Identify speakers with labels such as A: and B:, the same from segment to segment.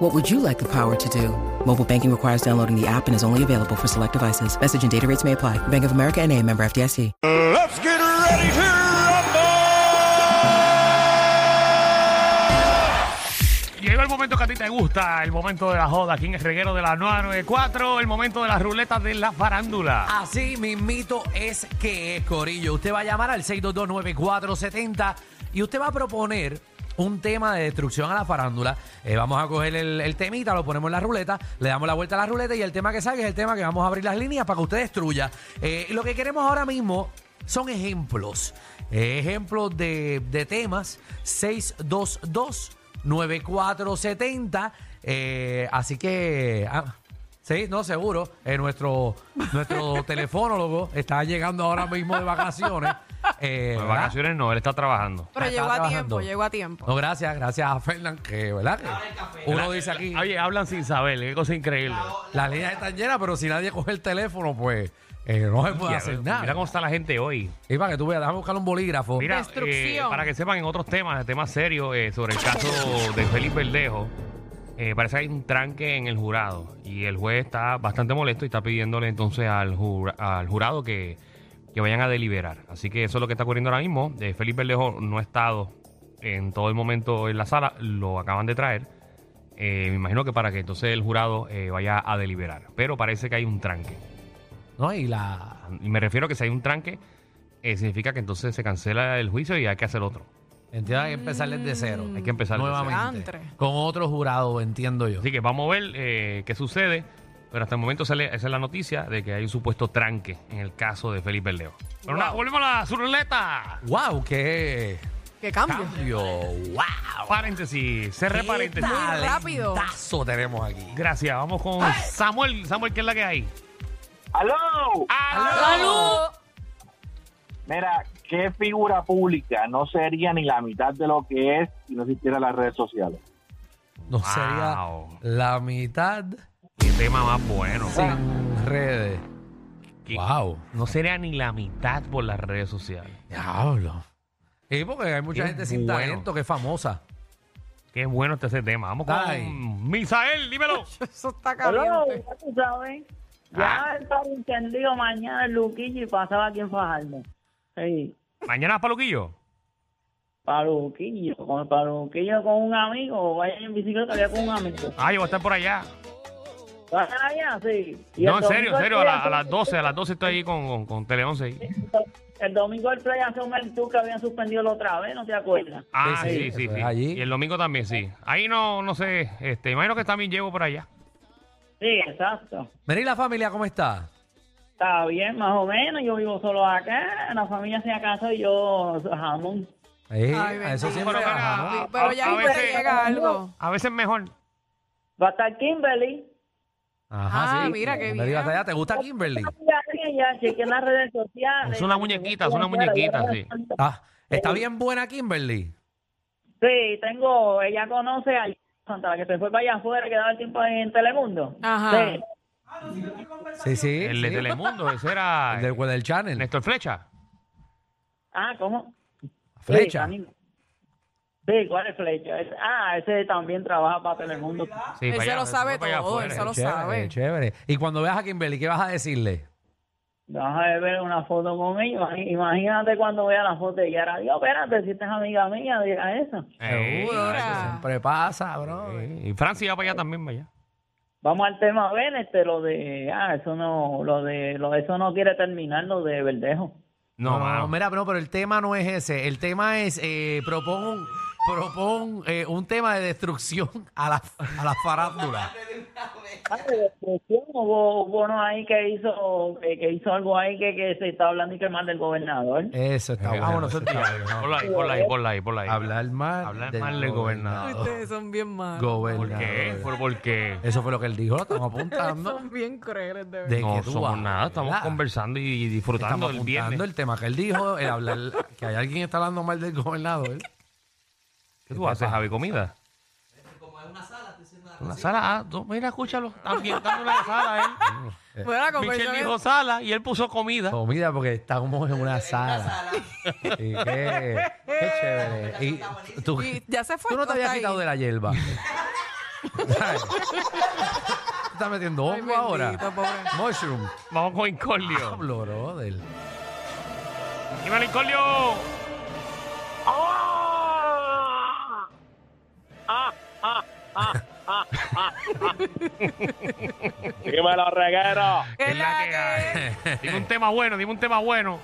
A: What would you like the power to do? Mobile banking requires downloading the app and is only available for select devices. Message and data rates may apply. Bank of America and a member FDIC.
B: Let's get ready to
C: Llega el momento que a ti te gusta, el momento de la joda aquí en el reguero de la 994, el momento de las ruletas de la farándula.
D: Así mismito es que es, Corillo. Usted va a llamar al 6229470 y usted va a proponer un tema de destrucción a la farándula. Eh, vamos a coger el, el temita, lo ponemos en la ruleta, le damos la vuelta a la ruleta y el tema que salga es el tema que vamos a abrir las líneas para que usted destruya. Eh, y lo que queremos ahora mismo son ejemplos. Eh, ejemplos de, de temas 6229470. Eh, así que... ah, Sí, no, seguro. Eh, nuestro nuestro telefonólogo está llegando ahora mismo de vacaciones. Eh,
C: De
D: ¿verdad?
C: Pues vacaciones no, él está trabajando.
D: Ah,
E: Pero
D: estaba
E: llegó a
D: trabajando.
E: tiempo, llegó a tiempo.
D: No, gracias, gracias a Fernán, que, ¿verdad? Que uno dice aquí,
C: Oye, hablan sin saber, qué cosa increíble.
D: las líneas están llenas, pero si nadie coge el teléfono, pues eh, no se puede
C: Mira,
D: hacer
C: Mira
D: nada.
C: cómo está la gente hoy.
D: Y para que tú veas, déjame buscar un bolígrafo.
C: Mira,
E: Destrucción.
C: eh, para que sepan en otros temas, temas serios, eh, sobre el caso de Felipe Verdejo, eh, parece que hay un tranque en el jurado y el juez está bastante molesto y está pidiéndole entonces al, jura- al jurado que, que vayan a deliberar. Así que eso es lo que está ocurriendo ahora mismo. Eh, Felipe Verdejo no ha estado en todo el momento en la sala, lo acaban de traer. Eh, me imagino que para que entonces el jurado eh, vaya a deliberar. Pero parece que hay un tranque.
D: ¿no? Y la...
C: Y me refiero a que si hay un tranque, eh, significa que entonces se cancela el juicio y hay que hacer otro.
D: Entiendo, hay que empezar
E: Mm.
D: desde cero.
C: Hay que empezar. desde cero.
D: nuevamente.
E: Antre.
D: Con otro jurado, entiendo yo.
C: Así que vamos a ver eh, qué sucede. Pero hasta el momento sale, esa es la noticia de que hay un supuesto tranque en el caso de Felipe Leo. Pero nada, volvemos a la suruleta.
D: ¡Wow! ¡Qué
E: ¿Qué cambio?
D: cambio! ¡Wow!
C: Paréntesis, cerré
D: ¡Qué
C: paréntesis.
E: tal? rápido.
D: talentazo tenemos aquí!
C: Gracias, vamos con Samuel. Samuel, ¿qué es la que hay?
F: ¡Aló!
C: ¡Aló!
F: Mira, ¿qué figura pública no sería ni la mitad de lo que es si no existieran las redes sociales?
D: No sería
C: Wow.
D: la mitad
C: ¡Qué tema más bueno!
D: sin redes.
C: ¿Qué?
D: ¡Wow!
C: No sería ni la mitad por las redes sociales.
D: Diablo. Y porque hay mucha
C: Qué
D: gente sin
C: bueno.
D: talento que es famosa.
C: Qué bueno está ese tema. Vamos con
D: Ay.
C: Misael, dímelo.
E: Eso está
G: Hello,
E: caliente.
G: ya tú sabes.
C: Ah.
G: Ya está encendido mañana el Luquillo y pasaba aquí en Fajardo. Sí,
C: Mañana es Paluquillo.
G: para Luquillo. Con, para Luquillo con un amigo o vaya en bicicleta ya con un amigo.
C: Ah, yo voy a estar por allá.
G: ¿Vas allá? Sí. Y
C: No,
G: el
C: en serio,
G: domingo
C: en
G: el
C: serio, a, la-
G: play-
C: a las 12, a las 12 estoy ahí con, con, con Tele 11. ahí.
G: El domingo el play hace un mes tú que habían suspendido la otra vez, ¿no te acuerdas?
C: Ah,
D: Sí, sí,
C: sí, sí,
D: eso
C: sí.
D: es allí.
C: Y el domingo también, sí. Ahí no, no sé, este, imagino que también llego por allá.
G: Sí, exacto.
D: Mira, ¿y la familia cómo está?
G: Está bien, más o menos. Yo vivo solo acá. La familia, si acaso, y yo jamón.
D: Eh,
E: Ay,
D: a eso
E: bendito.
D: siempre
C: Pero
D: baja, ¿no?
C: mira,
E: Sí, Pero
C: a-
E: ya
C: a
E: después
C: veces-
E: llega algo.
C: A veces mejor.
G: Va a estar Kimberly.
D: Ajá,
E: Ah,
D: sí.
E: mira, qué
D: Kimberly
E: bien.
D: Batalla, ¿Te gusta Kimberly?
G: Ya, ya, chequé en las redes sociales.
C: Es una muñequita, es una muñequita, sí.
D: Ah, está bien buena Kimberly.
G: Sí, tengo, ella conoce a Santa, la que se fue para allá afuera, que daba el tiempo en Telemundo.
E: Ajá.
G: Sí.
D: Sí, sí.
C: El de
D: sí.
C: Telemundo, ese era
D: El del,
C: eh,
D: del Channel.
C: Néstor Flecha.
G: Ah, ¿cómo?
D: Flecha.
G: Sí, a mí- sí, ¿cuál es Flecha? Es- ah, ese también trabaja para Telemundo.
C: Sí,
E: Él
C: para
E: se
C: allá,
E: lo
C: se
E: sabe
C: fue para allá
E: todo, él
C: afuera.
E: se lo
D: Chévere,
E: sabe.
D: Chévere. Y cuando veas a Kimberly, ¿qué vas a decirle?
G: Vamos a ver una foto con ella. imag- Imagínate cuando vea la foto de ella. era, Dios, espérate, si esta es amiga mía, diga eso.
C: Eh,
E: Seguro.
D: Eso siempre pasa, bro.
C: eh, Y Francia va para allá también, para allá.
G: Vamos al tema, ven, este, lo de, ah, eso no, lo de, lo eso no quiere terminar, lo de Verdejo.
C: No, mano.
D: mira, no, pero el tema no es ese. El tema es, eh, propongo un- propón eh, un tema de destrucción a la, a la farándula.
G: Ah, de destrucción, Hubo, hubo uno ahí que hizo, que, que hizo algo ahí que, que se está hablando y que mal del gobernador.
D: Eso está bueno.
C: Vámonos,
D: eso
C: Santi.
D: está bueno.
C: Ponla ahí, ponla ahí, ponla ahí, ponla ahí.
D: Hablar mal,
C: Hablar mal del
E: Ustedes son bien malos.
C: ¿Por qué?
D: Gobernador.
C: ¿Por, por qué?
D: Eso fue lo que él dijo, lo estamos apuntando.
E: Son bien crueles, de verdad.
D: De
C: No
D: que tú
C: somos
D: hablas,
C: nada, estamos
D: ¿verdad?
C: conversando y, y disfrutando
D: Estamos
C: del
D: apuntando
C: viernes.
D: el tema que él dijo, el hablar, que hay alguien que está hablando mal del gobernador.
C: ¿Qué tú haces, Javi? ¿Comida? Como es una sala, estoy haciendo la sala. Ah, tú- mira, escúchalo. Está ambientando la sala,
E: Bueno, la
C: ¿eh? Michelle
E: conversación es-
C: dijo sala y él puso comida.
D: Comida porque estamos en una sala. Y qué, qué chévere. Y tú,
E: Y ya se fue,
D: Tú no te
E: ¿o
D: habías
E: está
D: quitado
E: ahí?
D: de la hierba. ¿Sabes? ¿Te estás metiendo
E: Ay,
D: hongo ahora?
E: bendito, pobre.
D: Mushroom.
C: Vamos con Incordio.
D: Pablo, brother.
C: ¡Dime, Incordio!
H: Dímelo, reguero.
E: ¿Qué
C: Es la que hay. Dime un tema bueno, dime un tema bueno.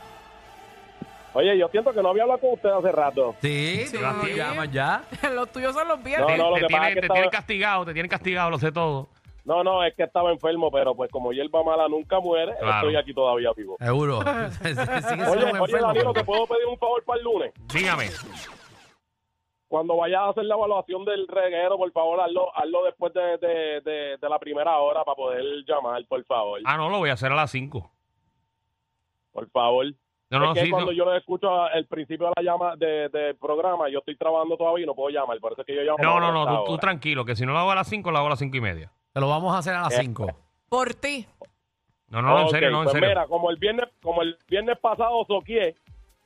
H: Oye, yo siento que no había hablado con usted hace rato.
D: Sí, tú
E: Sí.
D: nos llamas ya.
E: Los tuyos son los
H: No,
E: viernes.
H: no, lo
C: te
H: que pasa
C: tienen,
H: es que
C: te
H: estaba-
C: tienen castigado, te tienen castigado, lo sé todo.
H: No, no, es que estaba enfermo, pero pues como hierba mala nunca muere,
C: Claro.
H: estoy aquí todavía vivo.
D: Seguro. Sigue siendo
H: Oye,
D: un
H: oye,
D: enfermo,
H: Danilo, ¿te
D: pero-
H: puedo pedir un favor para el lunes?
C: Dígame.
H: Cuando vayas a hacer la evaluación del reguero, por favor, hazlo, hazlo después de, de- de- de la primera hora para poder llamar, por favor.
C: Ah, no, lo voy a hacer a las 5.
H: Por favor.
C: No, no,
H: es que
C: sí.
H: cuando
C: no.
H: yo lo escucho al principio de la llama de- del programa, yo estoy trabajando todavía y no puedo llamar, por eso es que yo llamo.
C: No,
H: a
C: no, no,
H: esta
C: tú, tú
H: hora.
C: tranquilo, que si no lo hago a las 5, lo hago a las 5 y media.
D: Te lo vamos a hacer a
H: Eh.
D: las 5.
E: Por ti.
C: No, no, no, en
H: Ok,
C: serio, no, en
H: pues
C: serio.
H: Mira, como el viernes, como el viernes pasado soquié,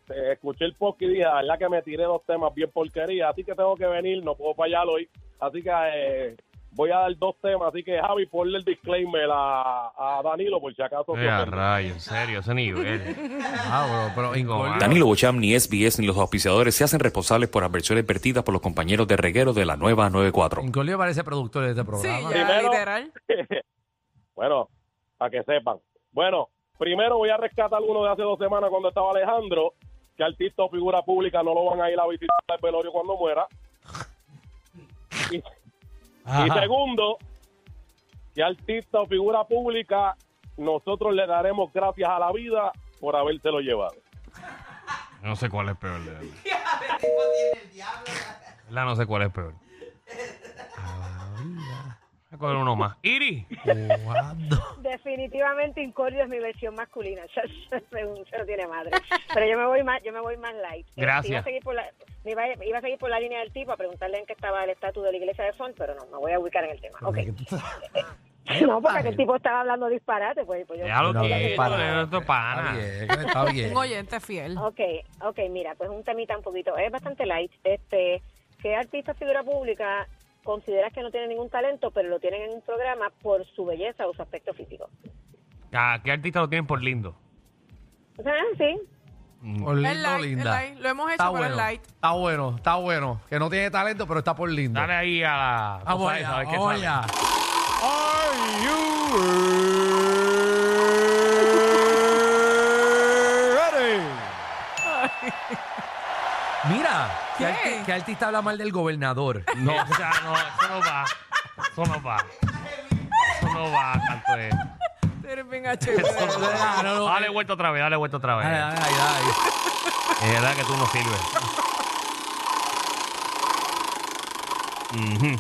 H: eh, escuché el podcast y dije, "Ah, la verdad que me tiré dos temas bien porquería, así que tengo que venir, no puedo fallar hoy. Así que eh, voy a dar dos temas, así que Javi, ponle el disclaimer a, a Danilo por si acaso. se
C: Eh, a
H: ofende.
C: rayo, en serio, ese nivel. eh.
D: Ah, bro, pero Incordio.
I: Danilo Bocham, ni SBS, ni los auspiciadores se hacen responsables por adversiones vertidas por los compañeros de reguero de la nueva 94.
D: Incordio parece productor de este
E: Sí,
D: programa.
E: ya,
H: Primero-
E: literal.
H: Bueno, para que sepan. Bueno, primero voy a rescatar uno de hace dos semanas cuando estaba Alejandro, que artista o figura pública no lo van a ir a visitar al velorio cuando muera. Y, y segundo, que artista o figura pública nosotros le daremos gracias a la vida por habérselo llevado.
C: No sé cuál es peor, de verdad. La no sé cuál es peor. Voy a coger uno más. Iri,
D: ¿Cuándo?
J: Definitivamente Incordio es mi versión masculina. Eso no tiene madre. Pero yo me voy más, yo me voy más light. Eh,
C: Gracias.
J: Iba a seguir por la, me iba, iba a seguir por la línea del tipo a preguntarle en qué estaba el estatus de la iglesia de Font, pero no, me voy a ubicar en el tema. Ok. No, porque aquel tipo estaba hablando disparate, pues, pues yo-
C: déjalo
D: No,
C: quieto,
D: para.
C: déjalo esto es
D: Está
C: pana.
D: bien, está bien.
E: Un oyente fiel.
J: Ok, ok, mira, pues un temita un poquito, es bastante light. Este, ¿Qué artista figura pública consideras que no tiene ningún talento, pero lo tienen en un programa por su belleza o su aspecto físico?
C: ¿A qué artista lo tienen por lindo?
J: O sea, sí,
C: Mm,
D: Por lindo,
E: Es light, es
D: linda.
E: light. Lo hemos hecho,
D: está
E: pero es
D: bueno,
E: light.
D: Está bueno, está bueno. Que no tiene talento, pero está por lindo.
C: Dale ahí a la.
D: Vamos
C: cosa
D: allá,
C: esa, Ah, a ver qué
D: vamos
C: sale.
D: allá. Mira, ¿qué,
E: ¿Qué?
D: arti- qué artista habla mal del gobernador?
C: No, o sea, no, eso no va. Eso no va. Eso no va, canto de-
E: Tú Eres bien HP.
D: Ah, no, no.
C: Dale vuelta otra vez, dale vuelta otra vez.
D: Ay, ay, ay, ay.
C: Es verdad que tú no sirves. Ujú.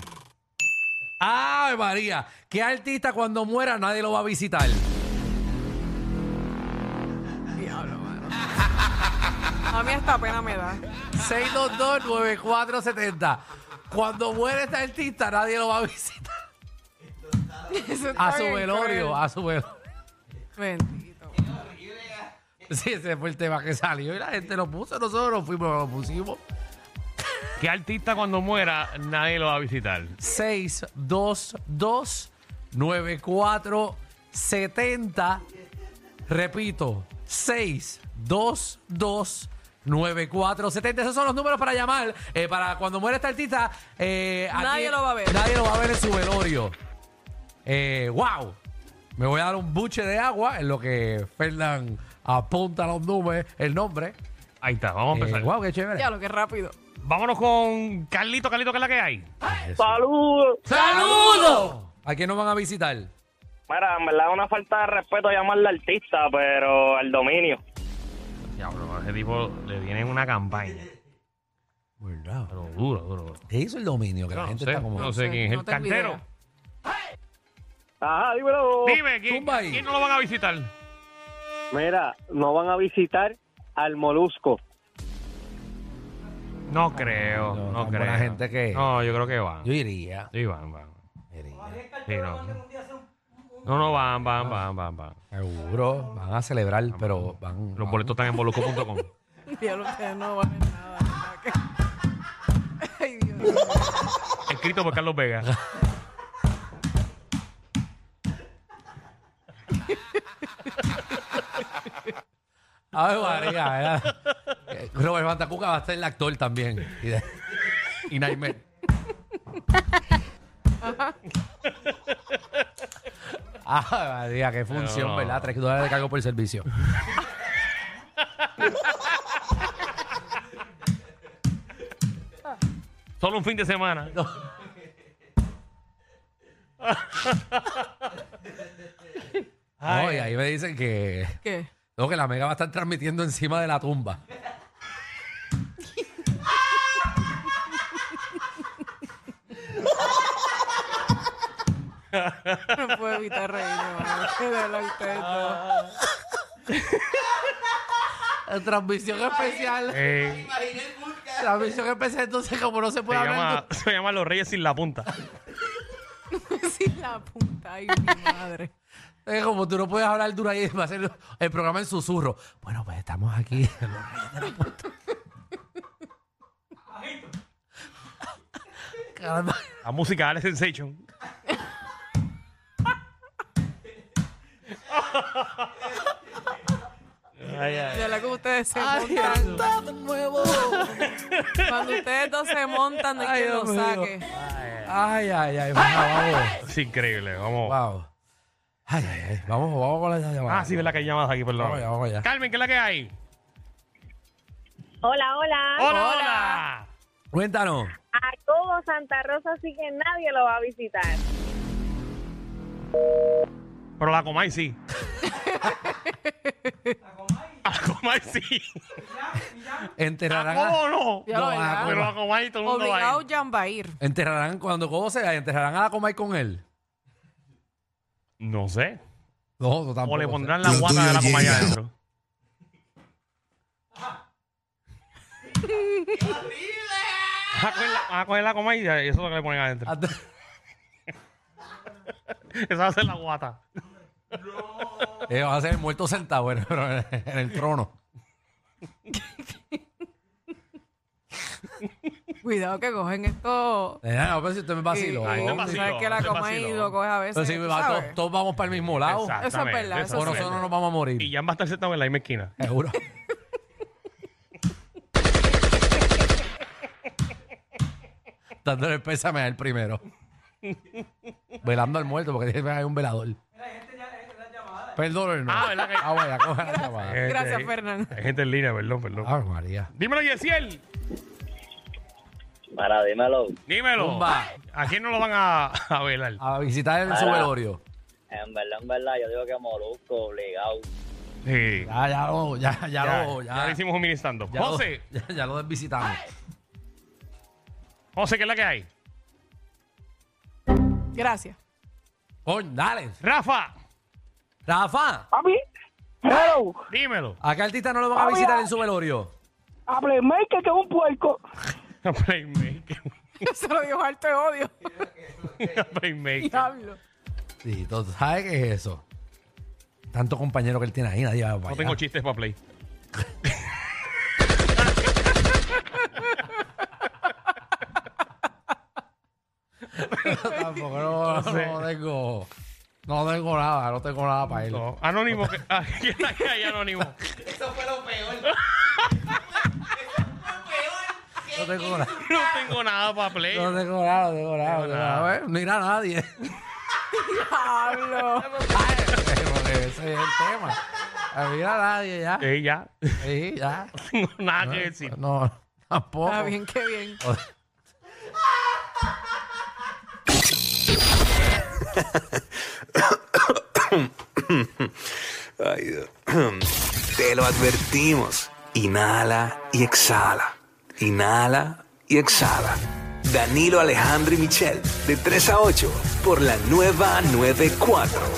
D: Ay, María, ¿qué artista cuando muera nadie lo va a visitar?
E: A mí hasta pena me da.
D: 622-9470. Cuando muere este artista nadie lo va a visitar.
E: Eso está
D: A su
E: bien
D: velorio,
E: cruel.
D: a su velorio.
E: Bendito.
D: Sí, ese fue el tema que salió y la gente lo puso, nosotros lo fuimos, lo pusimos.
C: ¿Qué artista cuando muera nadie lo va a visitar?
D: 622-9470. Repito, 622-9470. Esos son los números para llamar. eh, para cuando muera este artista, eh,
E: Nadie lo va a ver.
D: Nadie lo va a ver en su velorio. Eh, ¡Wow! Me voy a dar un buche de agua en lo que Fernán apunta los números, el nombre.
C: Ahí está, vamos a
D: Eh,
C: empezar.
D: ¡Wow! ¡Qué chévere!
E: Ya lo que rápido.
C: Vámonos con Carlito, Carlito, ¿qué es la que hay?
K: ¡Saludos!
D: ¡Saludos! ¿A quién nos van a visitar?
K: Mira, en verdad es una falta de respeto llamarle artista, pero al dominio.
C: Diablo, a ese tipo le viene una campaña.
D: ¿Verdad?
C: Pero duro, duro. duro.
D: ¿Qué hizo el dominio? Que
C: No
D: la gente
C: sé,
D: está como.
C: no sé quién es
E: no
C: el
E: tengo
C: cartero.
E: idea.
K: Ajá, dímelo.
C: Dime, ¿quién,
D: Oh, Zumba ahí.
C: ¿quién no lo van a visitar?
K: Mira, no van a visitar al molusco.
C: No creo,
D: No,
C: no,
D: tan
C: creo.
D: buena gente que-
C: No, yo creo que van.
D: Yo iría.
C: Sí, van, van.
D: iría.
C: Sí, no. no, no, van, van, van, van, van.
D: Seguro. Van a celebrar, pero van.
C: Los
D: van-
C: boletos están en boluco.com.
E: Diablo, ustedes no valen nada. ¿verdad que? Ay, Dios mío.
C: Escrito por Carlos Vega.
D: A ver, María, ¿verdad? Eh, Robert Bantacuca va a ser el actor también. Y, de- y Nightmare. Ah, María, qué función,
C: No.
D: ¿verdad? Tres dólares de cargo por servicio.
C: Solo un fin de semana.
D: No, y ahí me dicen que.
E: ¿Qué?
D: No, que la mega va a estar transmitiendo encima de la tumba.
E: No puedo evitar reírme, mano. Que de verdad ustedes dos.
D: Transmisión especial.
C: Eh,
D: Transmisión especial, entonces, como no se
C: se,
D: puede hablar.
C: llama, se llama Los Reyes sin la punta.
E: Sin la punta, ay, mi madre.
D: Es como tú no puedes hablar duro ahí, va a ser el programa en susurro. Bueno, pues estamos aquí. Los Reyes de la Punta. Caramba.
C: La música de Alex Sensation.
E: De la que ustedes se montan. Cuando ustedes dos se montan, no hay
D: Ay,
E: quien lo
D: Dios mío.
E: saque.
D: Ay, ay, ay. Vamos,
C: Es increíble, vamos.
D: vamos. Wow. Ay, ay, ay. Vamos, vamos con la llamada.
C: Ah, sí, ¿verdad que hay llamadas aquí, perdón?
D: Vamos ya, vamos ya.
C: Carmen, ¿qué es la que hay?
J: Hola, hola.
C: ¡Hola, hola!
D: Cuéntanos.
J: A todo Santa Rosa, así que nadie lo va a visitar.
C: Pero la Comay sí. la Comay sí.
D: Enterrarán a-
C: ¿Cómo no?
E: Ya lo
D: No, ah,
E: verás.
C: Pero la Comay todo el mundo va
E: Obligado
C: ahí.
E: Jambair.
D: Enterrarán cuando Cobo se vaya, enterrarán a la Comay con él.
C: No sé.
D: No, no tampoco.
C: O le
D: sé.
C: pondrán la guata de la Comay adentro. Vas a coger la- vas a coger la Comay y eso es lo que le ponen
E: Ah.
C: adentro.
D: Hasta-
C: Esa va a ser la guata.
D: Eh, va a ser el muerto sentado bueno, pero en, en el trono.
E: Cuidado que cogen esto.
D: Eh, no, pero si usted me vaciló.
C: Ay, no vaciló.
E: Sabes que la
C: te
E: coma y
C: vaciló.
E: lo coges a veces.
D: Pero si
E: tú
D: me Pues va-
E: sabes.
D: todos, todos vamos para el mismo lado.
C: Exactamente,
E: verdad, Ah, eso
D: O
E: es
D: nosotros nos vamos a morir.
C: Y ya va a estar sentado en la misma esquina.
D: Seguro. Dándole el pésame al primero. Velando al muerto, porque dice, hay un velador. Perdón, no.
C: Ah, ¿verdad que-
D: Ah, vaya, coja la llamada.
E: Gracias, pues.
C: Gente,
E: Fernan.
C: Este, Hay gente en línea, perdón, perdón.
D: Ah, María.
C: Dímelo, Yesiel.
K: Mira, dímelo.
C: Dímelo.
D: Zumba.
C: ¿A quién no lo van a, a velar?
D: A visitar el
K: Para.
D: su velorio.
K: En verdad, en verdad, yo digo que molusco, obligado.
C: Sí.
D: Ya, ya lo, ya, ya, lo, Oh, ya.
C: le hicimos un mini stand
D: ya lo-
C: José,
D: ya, ya lo desvisitamos.
C: José, ¿qué es la que hay?
E: Gracias.
D: Coño, dale.
C: Rafa,
D: Rafa,
G: Papi, hello,
C: dímelo.
D: ¿a qué artista no lo van a
G: Hola.
D: visitar en su velorio?
G: a Playmaker que es un puerco.
C: Playmaker.
E: Se lo dijo harto de odio.
C: Playmaker.
E: Diablo.
D: Sí, tú sabes qué es eso. Tanto compañero que él tiene ahí, nadie va para
C: No
D: allá.
C: tengo chistes para Play.
D: Tampoco, no,
C: No sé.
D: no tengo. No tengo nada, no tengo nada para él.
C: No. Anónimo. que- ah, ¿Qué es la que hay, Anónimo?
D: No tengo nada.
C: No tengo nada para Play.
D: No tengo nada, no tengo nada. No, tengo nada. A ver, no irá nadie.
E: Diablo.
D: Porque ese es el tema. A mí irá nadie ya.
C: Eh, ya.
D: Sí, ya.
C: No tengo nada que decir.
D: No, tampoco.
E: Está bien, qué bien.
L: Ay, Dios. Te lo advertimos. Inhala y exhala. Inhala y exhala. Danilo Alejandro y Michel, de 3 a 8, por la nueva 94.